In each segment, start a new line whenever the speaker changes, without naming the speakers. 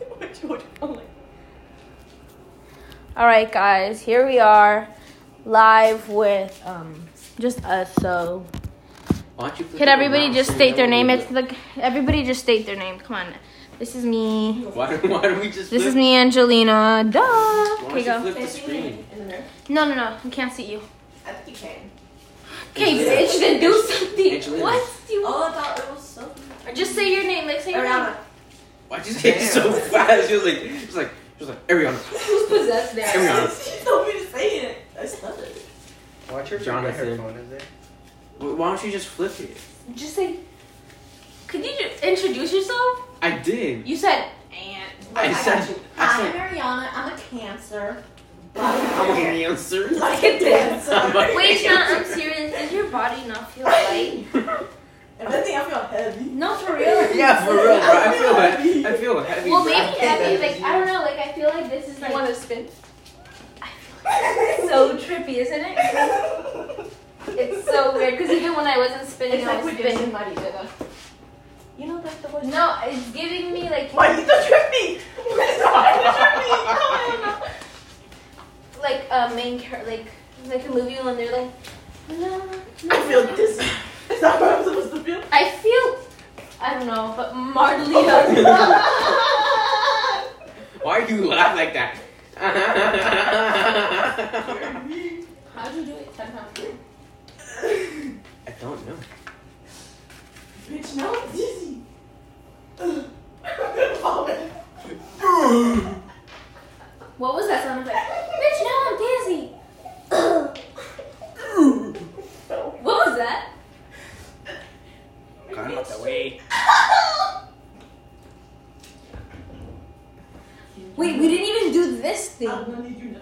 go down. Like,
All right, guys, here we are live with um, just us. So,
Why don't you flip
can
it
everybody
around
just
so we
state
know
their
what
name?
we
It's
do?
the everybody just state their name. Come on, this is me.
Why don't, why don't we just
This
flip?
is me, Angelina. Duh.
Why don't
Okay,
you
go.
flip the screen?
In the mirror.
No, no, no. I can't see you.
I think you can.
Okay,
Angelina.
bitch, then do something.
Angelina.
What? Do you-
Oh, I thought it was so. uh,
Just say your name. Like say your name.
Ariana.
Why'd you say it so fast? She was like, she was like, she was like, Ariana,
Who's possessed there?
Ariana.
you told me to say it. I said it.
Watch your
Jonathan.
headphone, is it?
wh- why don't you just flip it?
Just say. Could you ju- introduce yourself?
I did.
You said. Aunt.
I
got
said-
you.
I
Hi,
said-
I'm Ariana. I'm a cancer.
I'm an answer.
Like a dancer.
I'm like-
Wait, no, I'm serious. Does your body not feel light?
If anything, I feel heavy.
No, for real.
Yeah, for real, bro. I feel heavy. I feel heavy.
Well,
bro.
maybe
I
heavy.
think
Like I don't know. Like I feel like this is like
to spin?
so trippy, isn't it? It's so weird because even when I wasn't spinning,
It's
I
like
was
when you're
spinning.
in Maridela. You know that's the voice.
No, it's giving me like
Marito tripped me. Marito tripped me.
like a main character, like like a movie when they're like. "La, la,
I feel dizzy. Is that what I'm supposed to feel?
I feel. I don't know, but Marlena.
Why do you laugh like that?
How'd you do it ten times?
I don't know.
Bitch, now I'm dizzy. Ugh. I'm gonna vomit.
What was that sound effect? Bitch, now I'm dizzy. What was that?
God, I'm out the way.
Wait, we didn't even do this
I'm
thing,
gonna need you now.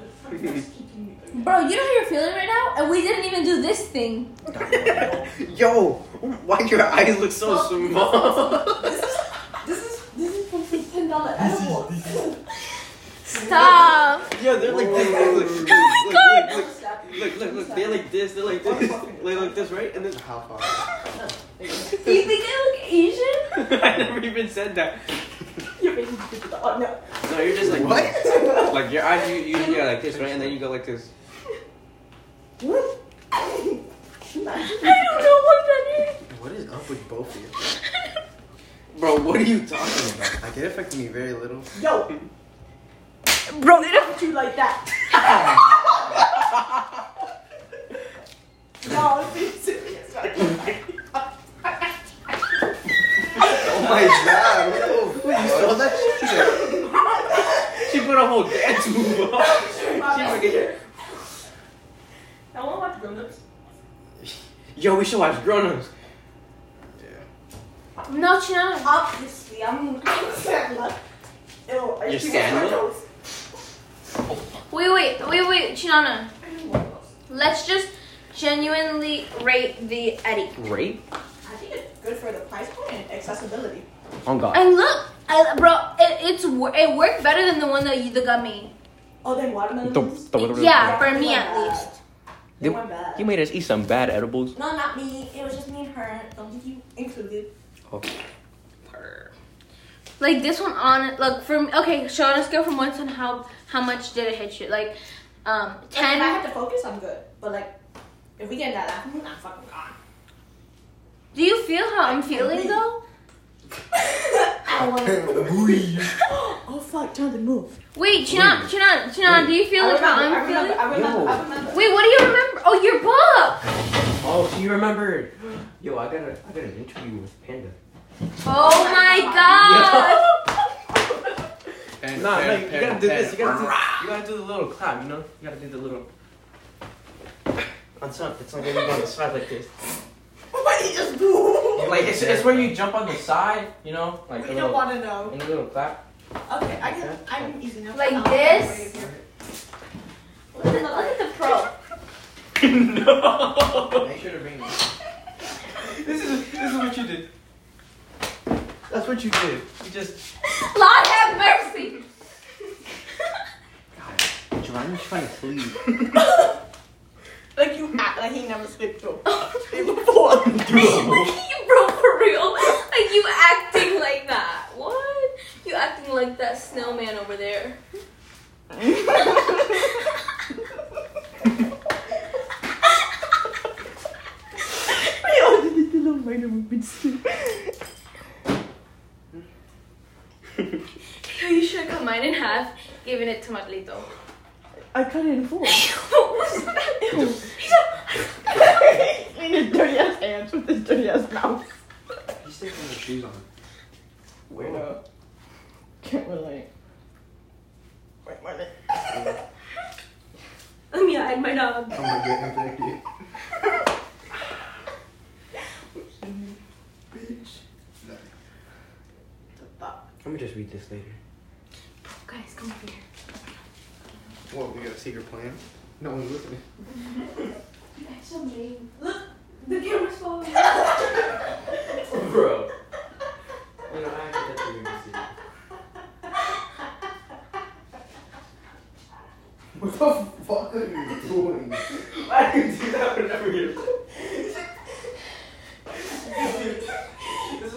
bro. You know how you're feeling right now, and we didn't even do this thing.
Yo, why your eyes look so small?
This is this is this is from the ten dollar edible.
Stop.
Yo, they're like this. They're like,
Oh
my
look, look, look, look, look, look, they're like this. They're like this. They're like this, right? And then
How far?
Do you think I look Asian?
I never even said that.
You're making me think of the- oh, no.
No, you're just like
What?
Like your eyes, you you you go like this, right? And then you go like this.
I don't know what that is.
What is up with both of you?
Bro, what are you talking about?
Like it affected me very little.
Yo,
Bro, it
put you like that. No, I'm being serious.
Oh my god! What the You saw that? She's like,
She put a whole dance move on. She freaking-
I want to watch Grown Ups.
Yo, we should watch Grown Ups.
No, Chiana.
Obviously, I'm I'm Sandler. Ew, I
You're
think it's my
Sandler?
nose.
Wait, wait, wait, wait, Chinana.
I don't want those.
Let's just genuinely rate the Eddie.
Great.
I think it's good for the price point and accessibility.
On God.
And look, I, bro, it, it's wor- it worked better than the one that you got me.
Oh, then watermelon. leaves?
Yeah, for
they
me
went
at
bad.
least.
They
They-
went bad.
You made us eat some bad edibles.
no, not me. It was just me and her. Don't think you included.
Okay.
Like this one on look for me, okay. So on a scale from one to ten, how how much did it hit you? Like, um,
Like, if I
ten.
had to focus, I'm good. But like, if we get that laugh, I'm not fucking gone.
Do you feel how I'm feeling though?
I don't want to. oh fuck! Time to move.
Wait, Chinan, Chinan, Chinan, do you feel
I
like how I'm
remember. I remember.
feeling?
I remember. I remember.
Wait, what do you remember? Oh, your book.
Oh, so you remembered. Yo, I got a I got an interview with Panda.
Oh my god.
No, no, you gotta do this. You gotta do, you gotta do the little clap. You know, you gotta do the little. On top, it's like when you go on the side like this.
What did you just do?
Like it's, it's where you jump on the side. You know, like a
We
little,
don't want to know.
and a little clap.
Okay, I can. I'm easy now.
Like
I'll-
this? Look at the- look at the pro.
no.
Make sure to bring me.
This is this is what you did. That's what you did. You just.
Lord have mercy.
Giovanni's trying to sleep.
Like you act like he never slept through. Before.
you bro for real? Like you acting like that? What? You acting like that snowman over You should cut mine in half, giving it to Marlito.
I cut it in four.
What's that? He's
In his dirty ass hands with his dirty ass mouth.
He's taking his shoes on.
Weirdo. Can't relate. Wait, Marley.
Let me hide my dog.
Oh my goodness, thank you. Bitch.
The fuck?
Let me just read this later.
Guys, come over here.
What, we got a secret plan? No one's listening.
You guys are mean. Look, the camera's falling.
Bro. You know, I actually thought you were gonna see that.
What the fuck are you doing? Why do you do that whenever you're.
This is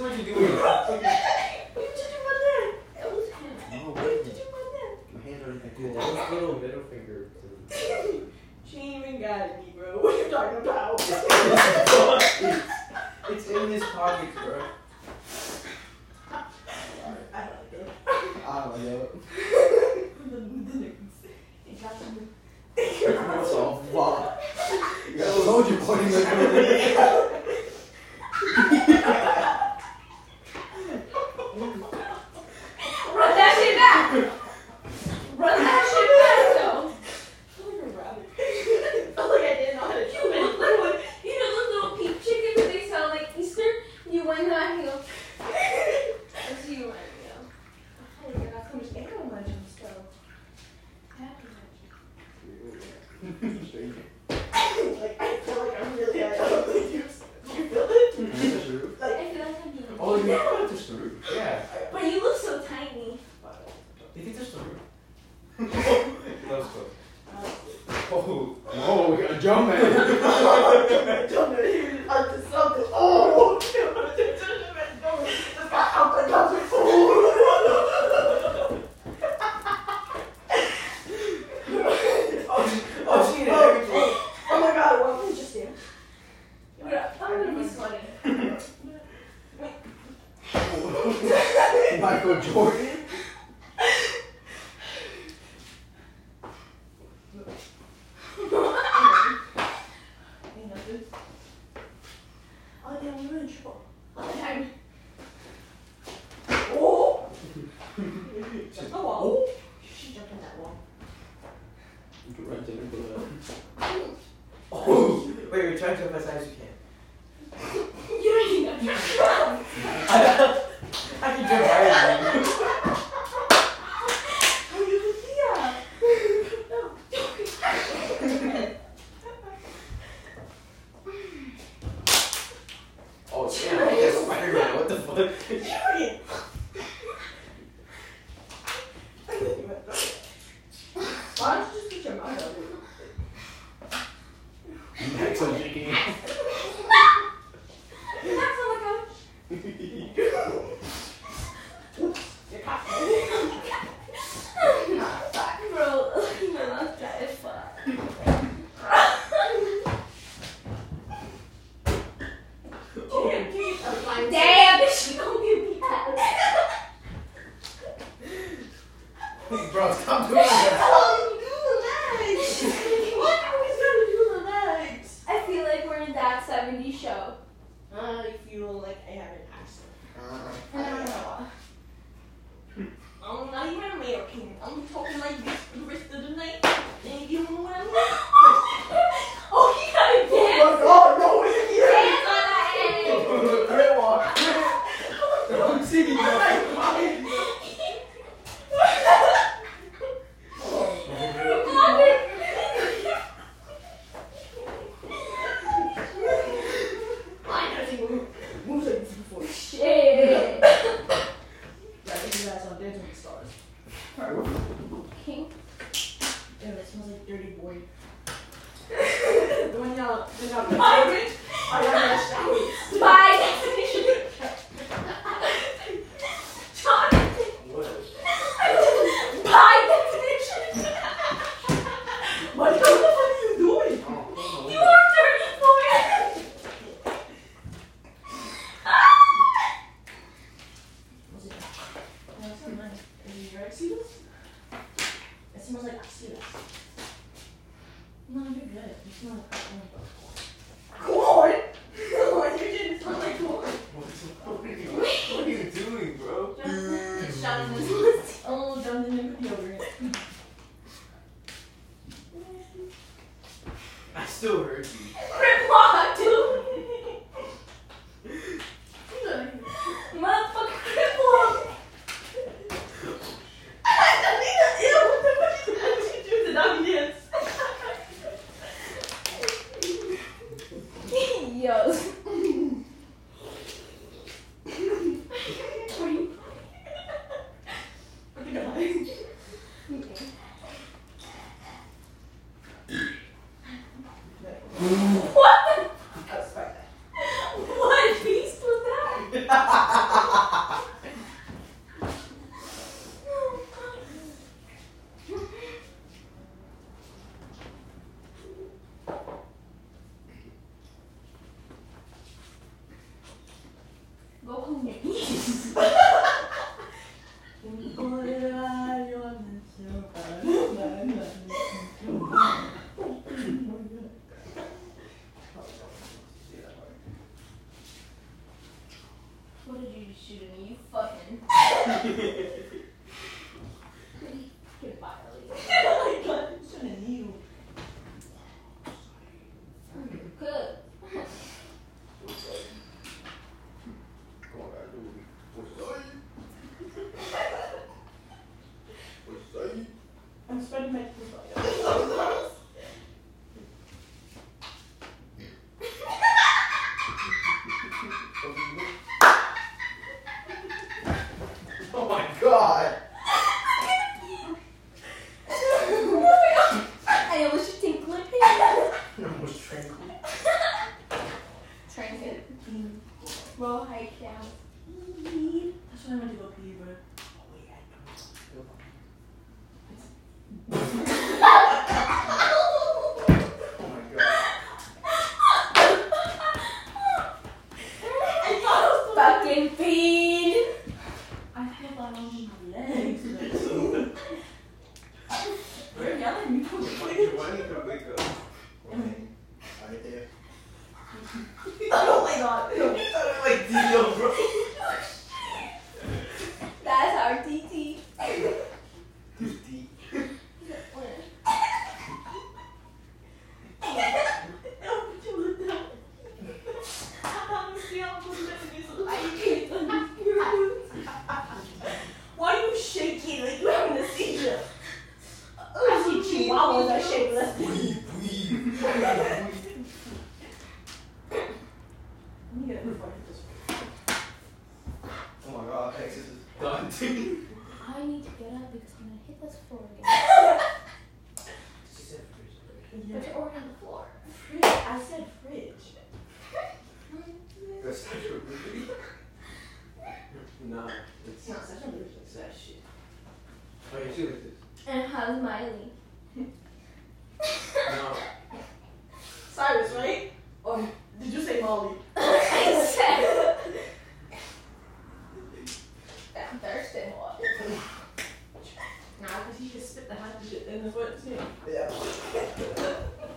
what you do when you're
What did you put there? That was good.
No,
What
wait.
did you put there?
My Oh, hands are in the
This little middle finger.
She ain't even got it, me, bro. What you talking about?
It's in his pocket, bro.
I don't know.
I don't know. What
That's
the fuck? You got a soldier pointing at me.
Run that shit back! Run that shit back, though! You look little, you know those little peep chickens that they sell like Easter? You win that heel. That's you win, I feel like I'm being.
Oh, you want to touch the roof? Yeah.
But you look so tiny.
You can touch the roof. That was close. Uh,
Oh, oh, we got a jump man.
Oh, she did
I'm gonna be sweating.
Michael Jordan.
Oh, yeah, we're in trouble.
All the time.
Oh! oh, wow. She jumped on that wall.
Right there, blood.
Oh! Wait, you're trying to jump as high as you can.
You don't even know.
I can jump higher than you.
Oh, you can see that.
Oh, damn, I guess Spider-Man, what the fuck?
Why don't you just get your mouth out?
Next on chicken.
That's on the couch. Bro, my mouth died. Fuck. Damn, bitch, she gonna give me that.
Bro, stop doing that.
What are we gonna do tonight? I feel like we're in that 70s show.
I feel like I have an accent. I don't
Uh,
know. I'm not even American. I'm talking like this for the rest of the night. And you know what I mean?
oh, he got a dance.
my God, no, we didn't hear it.
Dance on that end.
Great walk. I'm seeing you.
I never seen moves, moves like this before.
Shit.
Yeah, I think you guys on Dancing with the Stars. Damn, it smells like dirty boy. when y'all, when y'all,
By
I got a shower.
by definition.
Oh,
Go on your knees. What did you shoot at me? You fucking. Pretty fucking violent. Good.
I'm spreading my food.
Oh my god!
I wish you think clipping.
Almost tranquil.
Trinket. Roll high down.
That's what I'm gonna go pee, bro.
Oh my god.
Fucking feed.
I feel that on my legs. like- You're yelling at me for
You want me to wake up? Right there.
Oh my god.
like Dio, bro.
That's our TT.
No, but you look down. I'm still Why are you shaking like you're having a seizure? I see chihuahuas are shapeless. Let me get it before I hit this one.
Oh my god, Texas is done. She
I need to get up because I'm gonna hit this floor again.
said first.
But you're already on the floor.
Fridge. I said fridge.
That's such a movie.
Nah. It's,
not such a religion. It's that shit.
okay, she like this.
And how's Miley?
No.
Cyrus, right? Or did you say Molly?
I said. I'm thirsty.
Nah, because he just spit the half of shit in the foot too.
Yeah.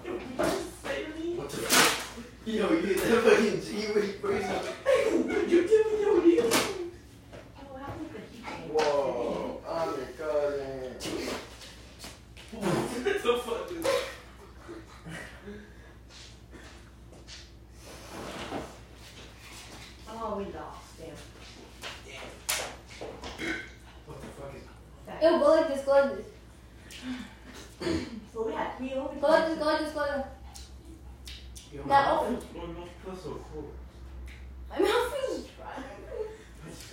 You just say me?
What the fuck? Yo, you hit that fucking G with crazy.
you do know what you
Whoa, I'm your cousin.
what the fuck is that?
Oh, we lost. Damn.
What the fuck is
That-
Ew, go like this, go like this.
So we had three open.
Go like this, go like this, go like this.
Yo,
That
my
open.
mouth, my mouth feels so cool.
My mouth is dry.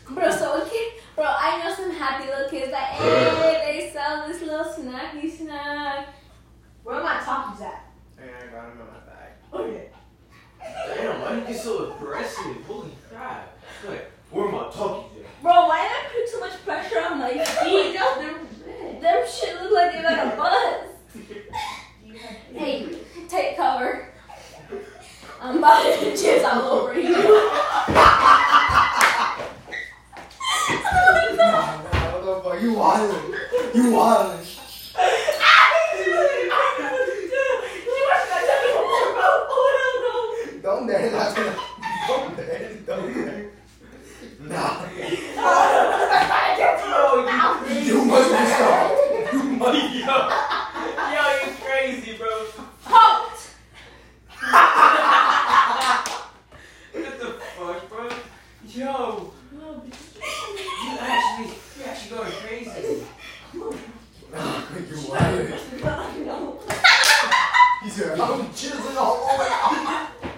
Bro, so a kid, bro, I know some happy little kids like, hey, they sell this little snacky snack.
Where are my talkies at?
Hey, I got him in my bag.
Okay.
Damn, why you get so aggressive? Holy crap. Like, where my talkies at?
Bro, why did I put so much pressure on my feet? them, them shit look like they got a buzz.
Do you have
Hey, take cover. I'm about to jizz all over you. oh my god.
Nah, nah, what the fuck? You wildin'. You wildin'. Don't dare. That's gonna. Don't dare. Don't dare. Nah.
Bro,
You must be stopped.
you money, yo. Yo, you crazy, bro.
Halt!
What the fuck, bro? Yo, you actually, you actually going crazy.
Nah, you wildin'. He said, I'm jizzing all over you.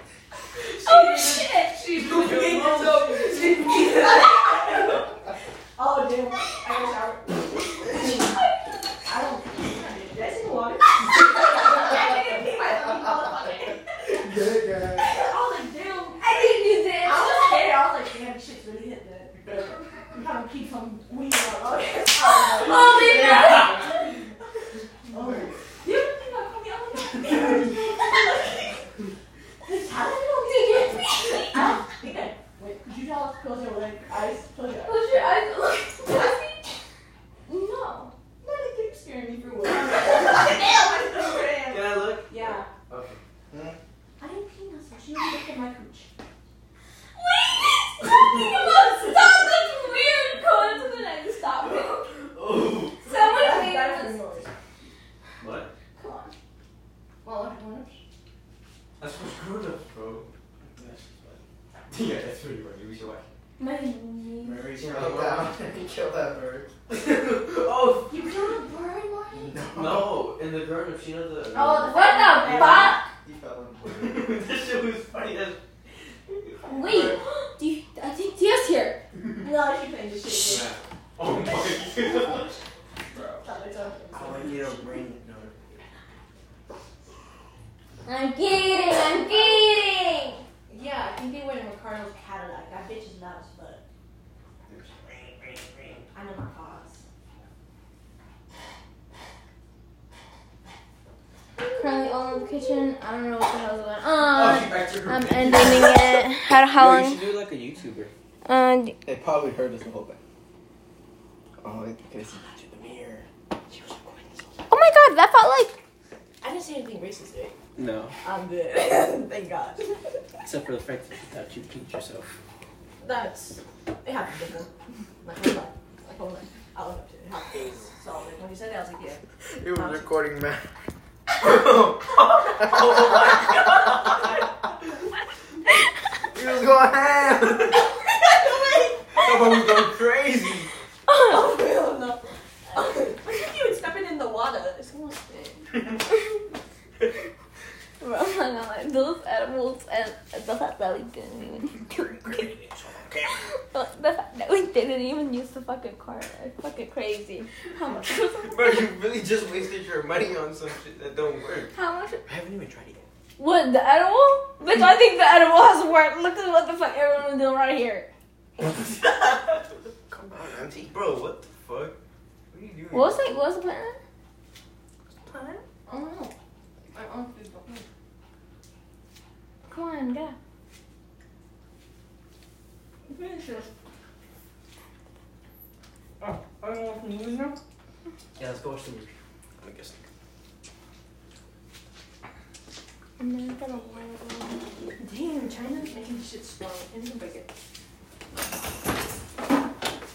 Oh shit!
She's looking up.
Oh damn! I gotta shower. I don't. Did I see the water?
I didn't pee myself.
Yeah, yeah.
I was like, damn.
I didn't do
I
this.
was scared. I was like, damn, shit's really hit that. I'm trying to keep from weeding out. Oh,
Holy crap!
Oh. You don't think I'm coming out of that? Did you
Did you pee?
I don't think I. Wait, could you tell us girls are your like eyes play out.
Close your eyes. Look. Cassie. No.
No, it keeps scaring me for what? Damn.
Can I look?
Yeah.
Okay.
I didn't pee nothing. She didn't look at my cooch.
What are you talking about? Stop this weird coincidence. Stop it.
Oh.
Someone
That's
made
bad
us.
for me.
What?
Come on. Well, what happened?
That's what's grown ups, bro. Yeah, that's pretty funny. We should watch.
My knee.
Mary,
Kill that. Kill that bird.
oh
You killed a bird, Marty?
no! In the garden, she knows the.
Oh, what the fuck?
He fell in the bird.
this shit was funny as.
Wait. Do you, I think Tia's here.
No, she played the shit.
Yeah. Oh my god. bro.
Stop it, stop it.
I want you to ring it. No.
I'm kidding. I'm kidding.
Yeah, I think they went in Ricardo's Cadillac. That bitch is loud as fuck. I know my cause.
Currently all in the kitchen. I don't know what the hell's going
Oh,
on.
she back to her.
Uh, I'm ending it. How, how
Yo, you
long?
should do like a YouTuber.
Uh, d-
They probably heard us the whole time. Oh, it because he looked in the mirror. She was recording this whole time.
oh my god, that felt like.
I didn't say anything racist today.
No,
I'm good. Thank God.
except for the fact that you thought you peed yourself.
That's it happened before. My whole life. My whole life. I was up to it. it. happened. So like, when you said that, I was like, yeah.
It was recording, man. He was going ham. Someone was going crazy.
Oh hell no. Look at you stepping in the water. It's almost
Bro, oh my god, those edibles and the fact that we didn't even do the fact that we didn't even use the fucking car. It's fucking crazy. How much was
Bro, you really just wasted your money on some shit that don't work.
How much?
I haven't even tried it.
What, the edible? Bitch, I think the edible has worked. Look at what the fuck everyone was doing right here.
Come on, auntie. Bro, what the fuck? What are you doing?
What was it? What was the plan?
Time?
I don't know.
I honestly don't know.
Come on, go.
I'm pretty sure.
Yeah, let's go watch the movie. I guess.
I'm not gonna worry.
Damn, China's making shit slow. And you break it.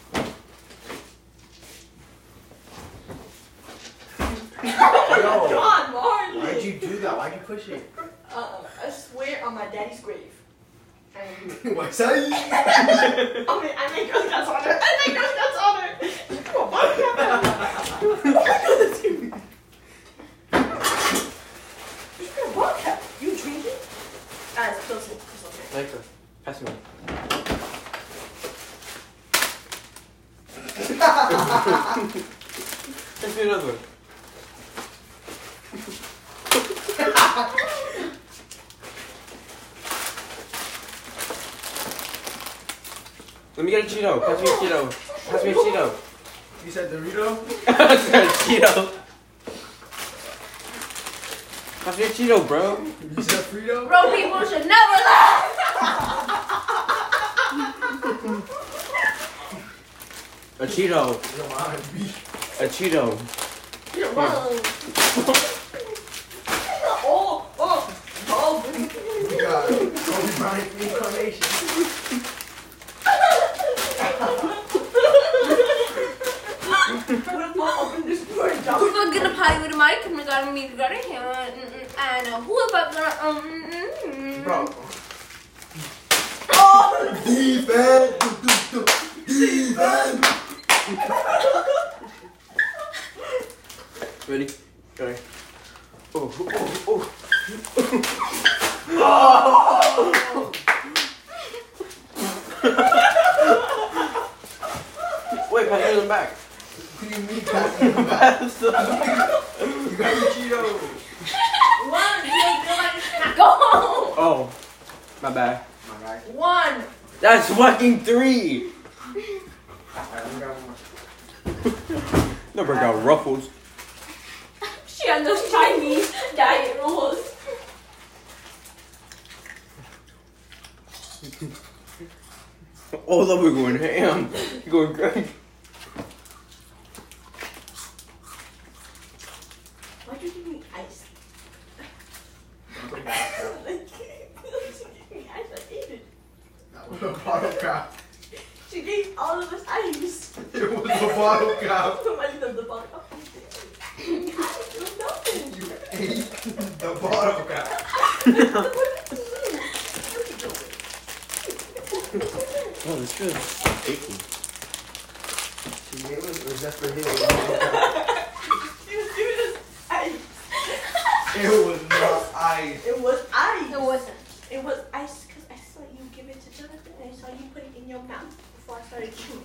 Yo.
God, Marley.
Why'd you do that? Why'd you push it?
Uh, I swear on my daddy's grave. I am-
Why say?
I mean, I make Girl Scouts on her. I make Girl Scouts on her. Come on, Marley, come on. You got a ball cap. You drinking? Ah, it's close. It's close. Okay.
Michael, pass me. one. pass me another one. Let me get a Cheeto. Pass me a Cheeto. Pass me a Cheeto.
You said Dorito?
Cheeto. Pass me a Cheeto, bro.
You said Frito?
Bro, people should never laugh.
A Cheeto.
Come on, B.
A Cheeto.
Whoa. oh, oh, oh.
You got it. Kobe Bryant reincarnation.
I'm gonna open this door, dog.
We're gonna party with Mike and we're gonna meet Greta here. I know who about gonna. Um, mm,
Bro.
Oh,
Defense. Do, do, do. Defense.
Ready? Okay. Oh, oh, oh. Wait, pass me the back.
What do you mean, Cassie? You got your Cheeto.
one,
go!
oh, my bad.
Alright,
one.
That's fucking three.
alright, we got one more.
Never got ruffles.
She had those Chinese diet rules.
All of them are going ham. You're going crazy.
Why'd you give me ice? She gave me ice, I ate it.
That was a bottle cap.
She gave all of us ice.
It was a bottle cap.
Somebody took the bottle. I didn't do nothing.
You ate the bottle cap.
What do you mean? What you doing?
Oh, this feels icky.
She gave us, or just for him, a bottle cap.
She was giving us ice.
It was not ice.
It was ice.
It wasn't.
It was ice because I saw you give it to Jonathan and I saw you put it in your mouth before I started chewing.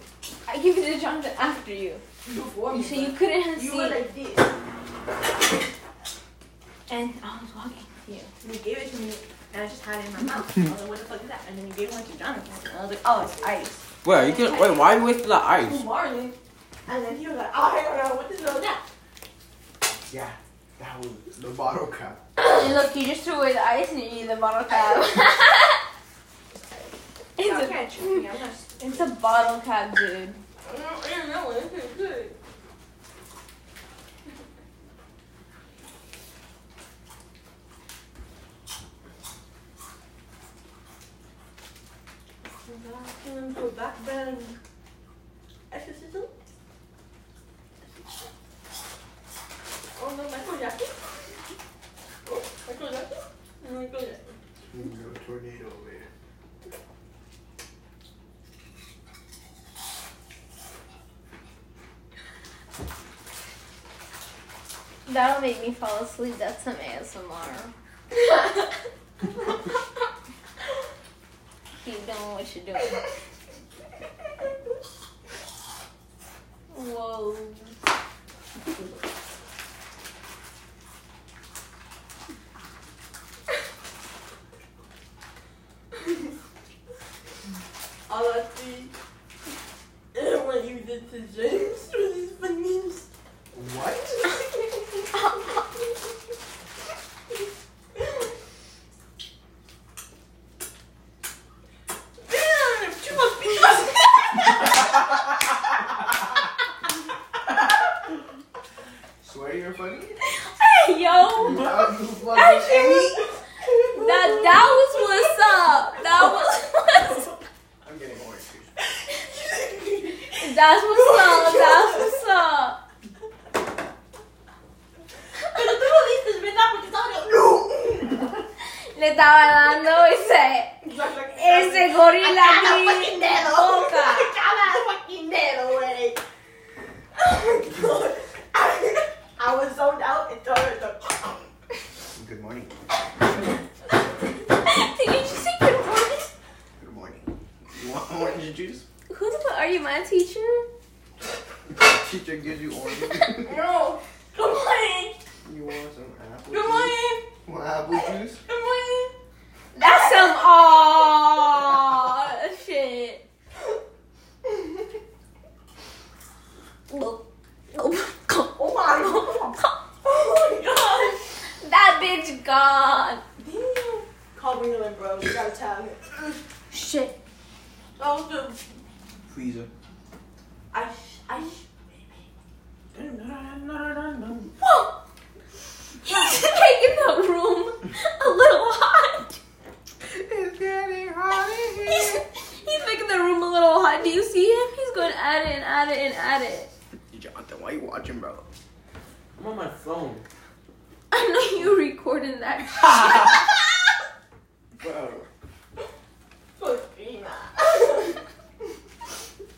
I gave it to Jonathan after you.
Before
So you couldn't have
you
seen.
were like this.
and I was walking to you.
You gave it to me and I just had it in my mouth. I was like, what the fuck is that? And then you gave one to Jonathan and I was like, oh, it's ice.
Wait, you can wait. Why are you wasting the ice?
Marley. And then he was like, oh, I don't know what this is all that.
Yeah, that was the bottle cap.
And look, you just threw away the ice and you need the bottle cap.
Y'all
it's,
can't
a,
trick me. I'm not stupid.
it's a bottle cap, dude.
I don't- I don't know. This is good. Back and go back bend. Exorcism? Oh no, Michael Jackson? Oh, Michael Jackson? Michael Jackson.
You can go tornado later.
That'll make me fall asleep. That's some ASMR. Keep doing what you're doing. Whoa.
All I see is what you did to James with his bananas.
What?
Damn, you must be nuts.
Swear you're funny?
Yo!
That was funny.
That that was what's up. That was what's
I'm getting more excuse.
that's what's up. That's what's up.
Pero tú lo dices, ¿verdad? Porque estaba yo, no.
Le estaba dando ese ese gorila
I got a
aquí
fucking
en
dedo.
la boca.
I got a fucking dedo, güey. Oh my god. I was zoned out and started to.
Good morning.
Did you just say good morning?
Good morning. You want orange juice?
Who the fuck are you, my teacher?
Teacher gives you orange.
No. Good morning.
you want some
Good
apple juice?
morning.
Want apple juice?
Good morning.
That's some aw shit.
Oh my god. Oh my god.
That bitch gone.
Damn. Call Wheeling, bro. You gotta tell me.
Shit.
That was the.
Freezer.
I. I.
Whoa. He's making the room a little hot.
It's getting hot in
He's, he's making the room a little hot. Do you see him? He's going at it and at it and at it.
Jonathan, why you watching, bro?
I'm on my phone.
I know you recorded that.
Bro.
Fuck.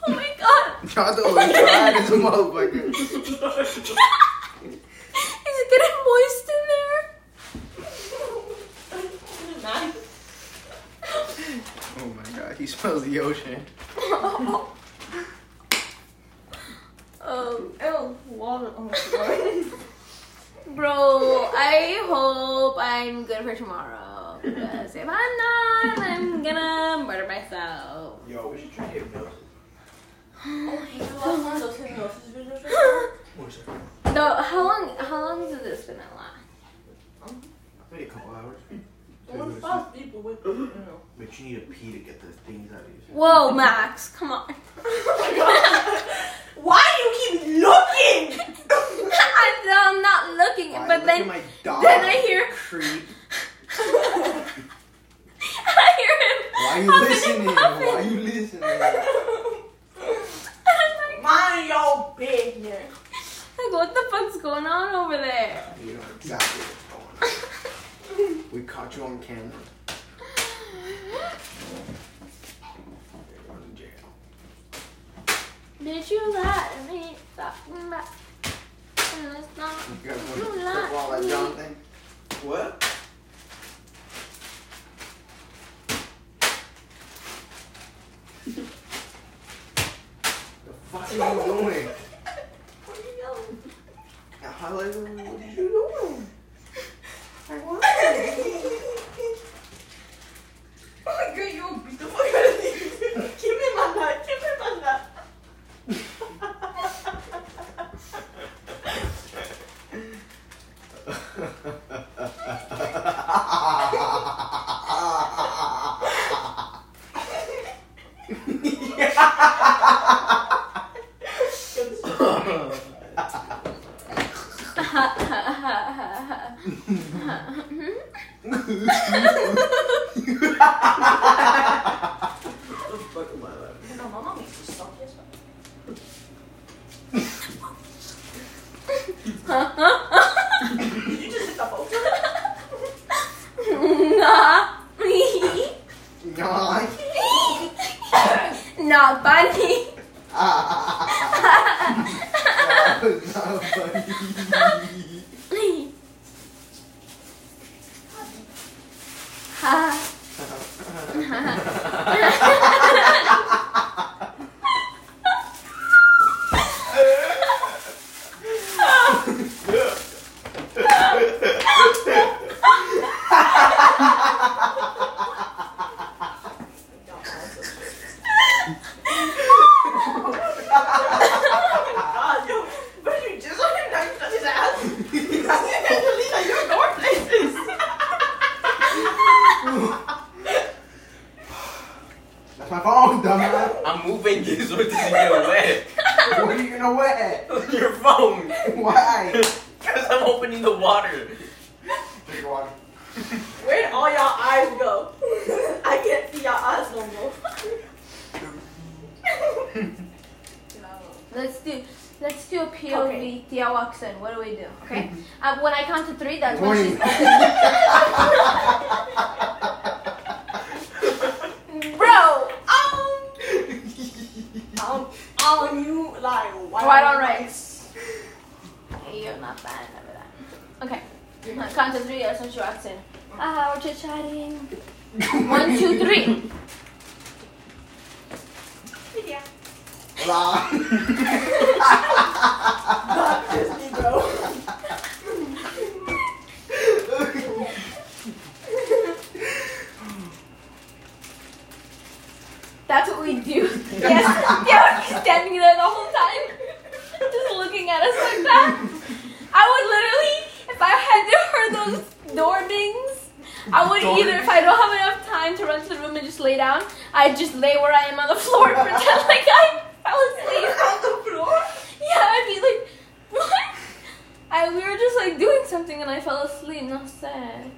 oh my god.
Jonathan was trying as a motherfucker.
Is it getting moist in there?
Oh my god, he smells the ocean.
um, oh, water. Oh, my God. Bro, I hope I'm good for tomorrow. Because if I'm not, I'm gonna murder myself.
Yo, we should try it, bro. What's that?
Though, how long? How long has this been at last?
Maybe a couple hours.
Well, it's five people with you know.
But you need a pee to get the things out of you.
Whoa, Max, come on.
Why do you keep looking?
I, no, I'm not looking,
Why
but
look at
then
my dog,
then I hear-
creep.
I hear him.
Why you
huffing and
listening?
puffing.
Why you listening?
I'm like,
Mind your business.
like, what the fuck's going on over there?
You know exactly what's going on. We caught you on camera. You're going to jail.
Did you lie to me? Talking about. And it's not.
You guys want to strip all that John thing?
What?
The fuck are you doing?
Where you going?
Now, how like, what are you doing?
You doing? Like what? oh my god, you will beat the fuck out of me. Give me my nut. Give me my nut.
the fuck am I laughing?
No, my mom used to suck this one. Did you just hit the phone?
Nah.
Yawn.
Not funny.
That was not funny.
Ha.
God, yo, but you just on your knife touch his ass. Angelina, you're going places.
That's my phone, dumbass.
I'm moving this so it doesn't get wet.
What are you gonna wet?
Your phone.
Why?
Because I'm opening the water.
Drink your water.
Where'd all y'all eyes go? I can't see y'all eyes no more.
Let's do let's do a POV
Okay.
Tia walks in. What do we do? Okay. uh, when I count to three, that's when
Warning.
she's Bro! Um
I'm on you like white,
White on rice. You're not bad over that. Okay. Uh, Count to three, that's when she walks in. Ah, we're chit chatting. One, two, three.
Yeah.
La.
Fuck Disney, bro.
That's what we do. Yes, they were standing there the whole time, just looking at us like that. I would literally, if I had to heard those door dings, I would
Door
either, if I don't have enough time to run to the room and just lay down, I'd just lay where I am on the floor and pretend like I fell asleep.
on the floor.
Yeah, I'd be like, what? I, we were just like doing something and I fell asleep, not sad.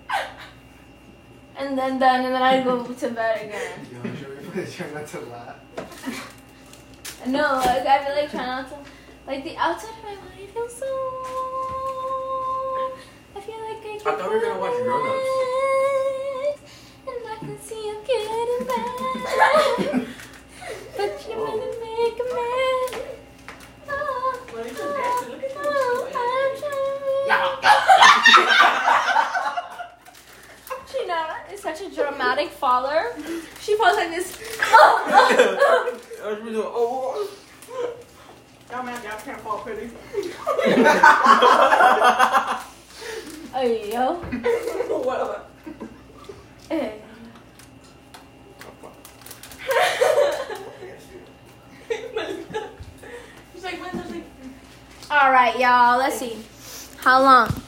And then, then, and then I'd go to bed again.
Yo, should we try not to laugh?
No, like I feel like trying not to. Like the outside of my body feels so. I feel like I. Can
I thought we were gonna watch Grown
Ups. And I can see you getting back. but you
Oh.
wanna make a man. Oh,
Well, you can dance and look at
oh, I'm trying. Shinara is such a dramatic faller. She falls like this. Oh, oh, oh.
I was doing, oh,
Y'all man, y'all can't fall pretty.
Ay, yo.
Whatever.
Eh.
She's like, when's this like,
All right, y'all. Let's see. How long?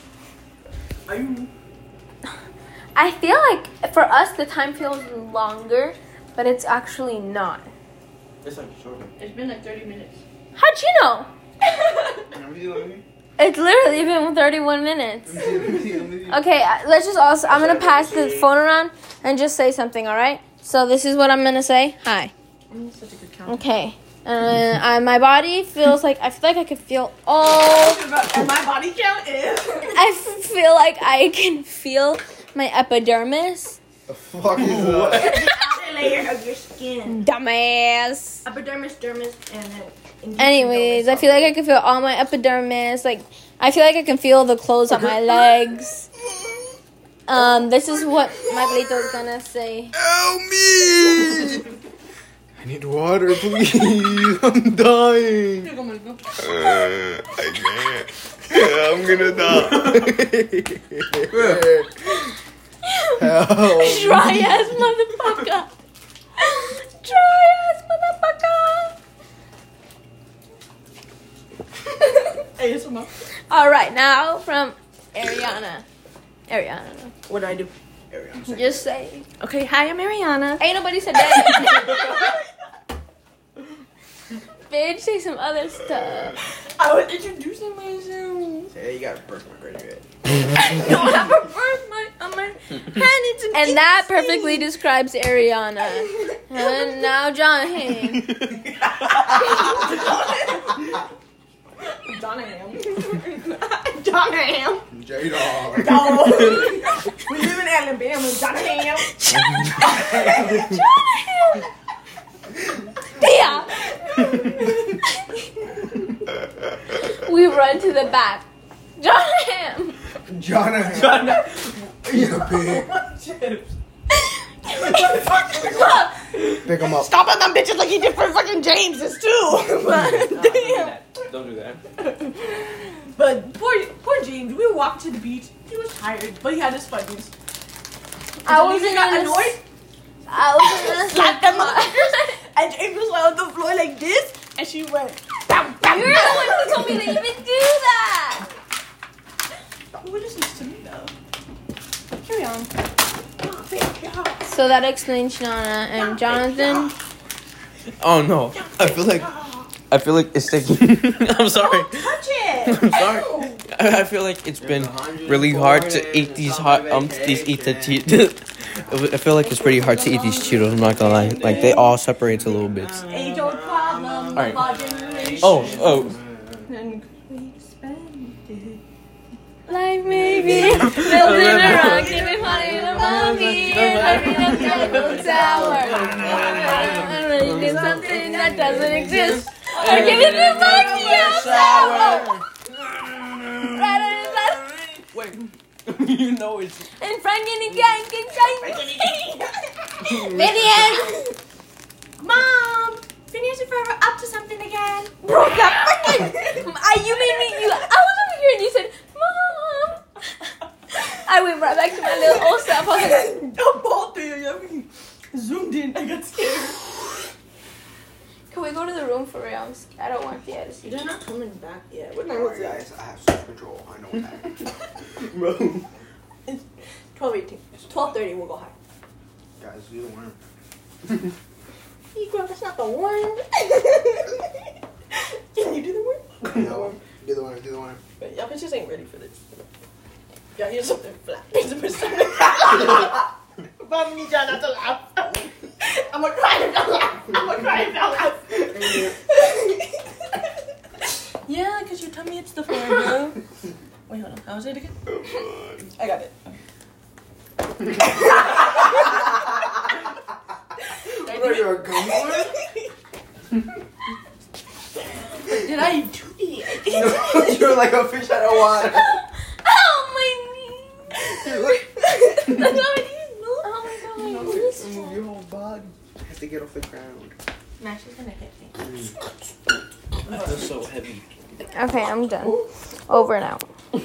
Are you?
I feel like for us the time feels longer, but it's actually not.
It's like shorter.
It's been like 30 minutes.
How'd you know?
Let me see, let me see.
It's literally been 31 minutes.
Let me see, let me see.
Okay, uh, let's just also. I'm gonna pass the phone around and just say something, alright? So, this is what I'm gonna say. Hi.
I'm such a good counter.
Okay. Uh, I, my body feels like. I feel like I could feel all.
And my body count is.
I f- feel like I can feel my epidermis.
The fuck is that?
outer layer of your skin.
Mm. Dumbass.
Epidermis, dermis, and then.
Anyways, I feel like I can feel all my epidermis. Like, I feel like I can feel the clothes on my legs. Um, this is what my Plato's gonna say.
Help me! I need water, please. I'm dying. I can't. I'm gonna die. Help.
Dry ass motherfucker. Dry ass motherfucker.
ASMR.
All right, now from Ariana. Ariana,
What do I do?
just say.
Okay, hi, I'm Ariana.
Ain't nobody said that. Bitch, say some other stuff.
I was introducing myself.
Hey, you got a birthmark right here.
I don't have a birthmark on my hand. It's an
Hmm. And that
insane.
perfectly describes Ariana. And now John Hamm.
Donna Ham. Donna Ham.
J-Dog.
No. we live in Alabama. Donna Ham.
John Hamm. Thea. We run to the back. John Hamm.
Jonah. He's a pig.
Look,
Pick him up.
Stop at them bitches like he did for fucking James's too. but, damn.
Don't do that.
But poor, poor James. We walked to the beach. He was tired, but he had his fudgies.
I
And
wasn't
he got
gonna
annoyed.
I was gonna
Slap
slap
them
them up.
And James was on the floor like this, and she went. Bam, bam,
You're the one who told me to even do that.
Who listens to me though? Carry on. Oh, babe, yeah.
So that explains Shana and Jonathan.
Oh no. I feel like I feel like it's taking I'm sorry.
Touch it.
I'm sorry.
Ew.
I I feel like it's been
hundred
really
and
hard
four
to eat
days
these
on
hot um these eat the
vacation.
te- I feel like it's pretty hard to eat these Cheetos. I'm not gonna lie, like they all separate a little bit.
Age old problem
Alright.
of our generation.
Oh, oh,
And we spend it.
Like maybe building a rock, keeping party in a mommy, living outside the tower. I'm ready to do something that doesn't exist. I'm giving you my Kyoko. Right on his left,
wait, you know it's
and Frank and again can shine. Vivian,
Mom, Phineas and Ferb are up to something again.
bro, that fucking. I, you made me. You, I was over here and you said, "Mom." I went right back to my little old self. I was like.
No, both of you. I mean, Zoomed in. I got scared.
Can we go to the room for real? I'm sc- I don't want the to see.
They're not coming back yet. What time
Alright,
is it?
guys, I have self control. I know that.
Bro.
It's 12.18. 12.30, we'll go high.
guys, you don't want
You girl, that's not the one. Can you do the work?
to. No, you're the one. You're the one.
But y'all bitches ain't ready for this. Y'all hear something flat. Here's something flat. Mom, need y'all not to laugh. I'm gonna cry if y'all laugh. I'm gonna cry if y'all laugh. yeah, because you tell me it's the floor, bro. Wait, hold on. How was it again? I got it.
Bro, you're a gambler?
Did I do it?
you're like a fish out of water.
Oh my knee!
Look.
That's not what it is. No. Oh my god, my knee is
Move your whole body. Has to get off the ground.
Nah, she's gonna hit me.
That's so heavy.
Okay, I'm done. Over and out.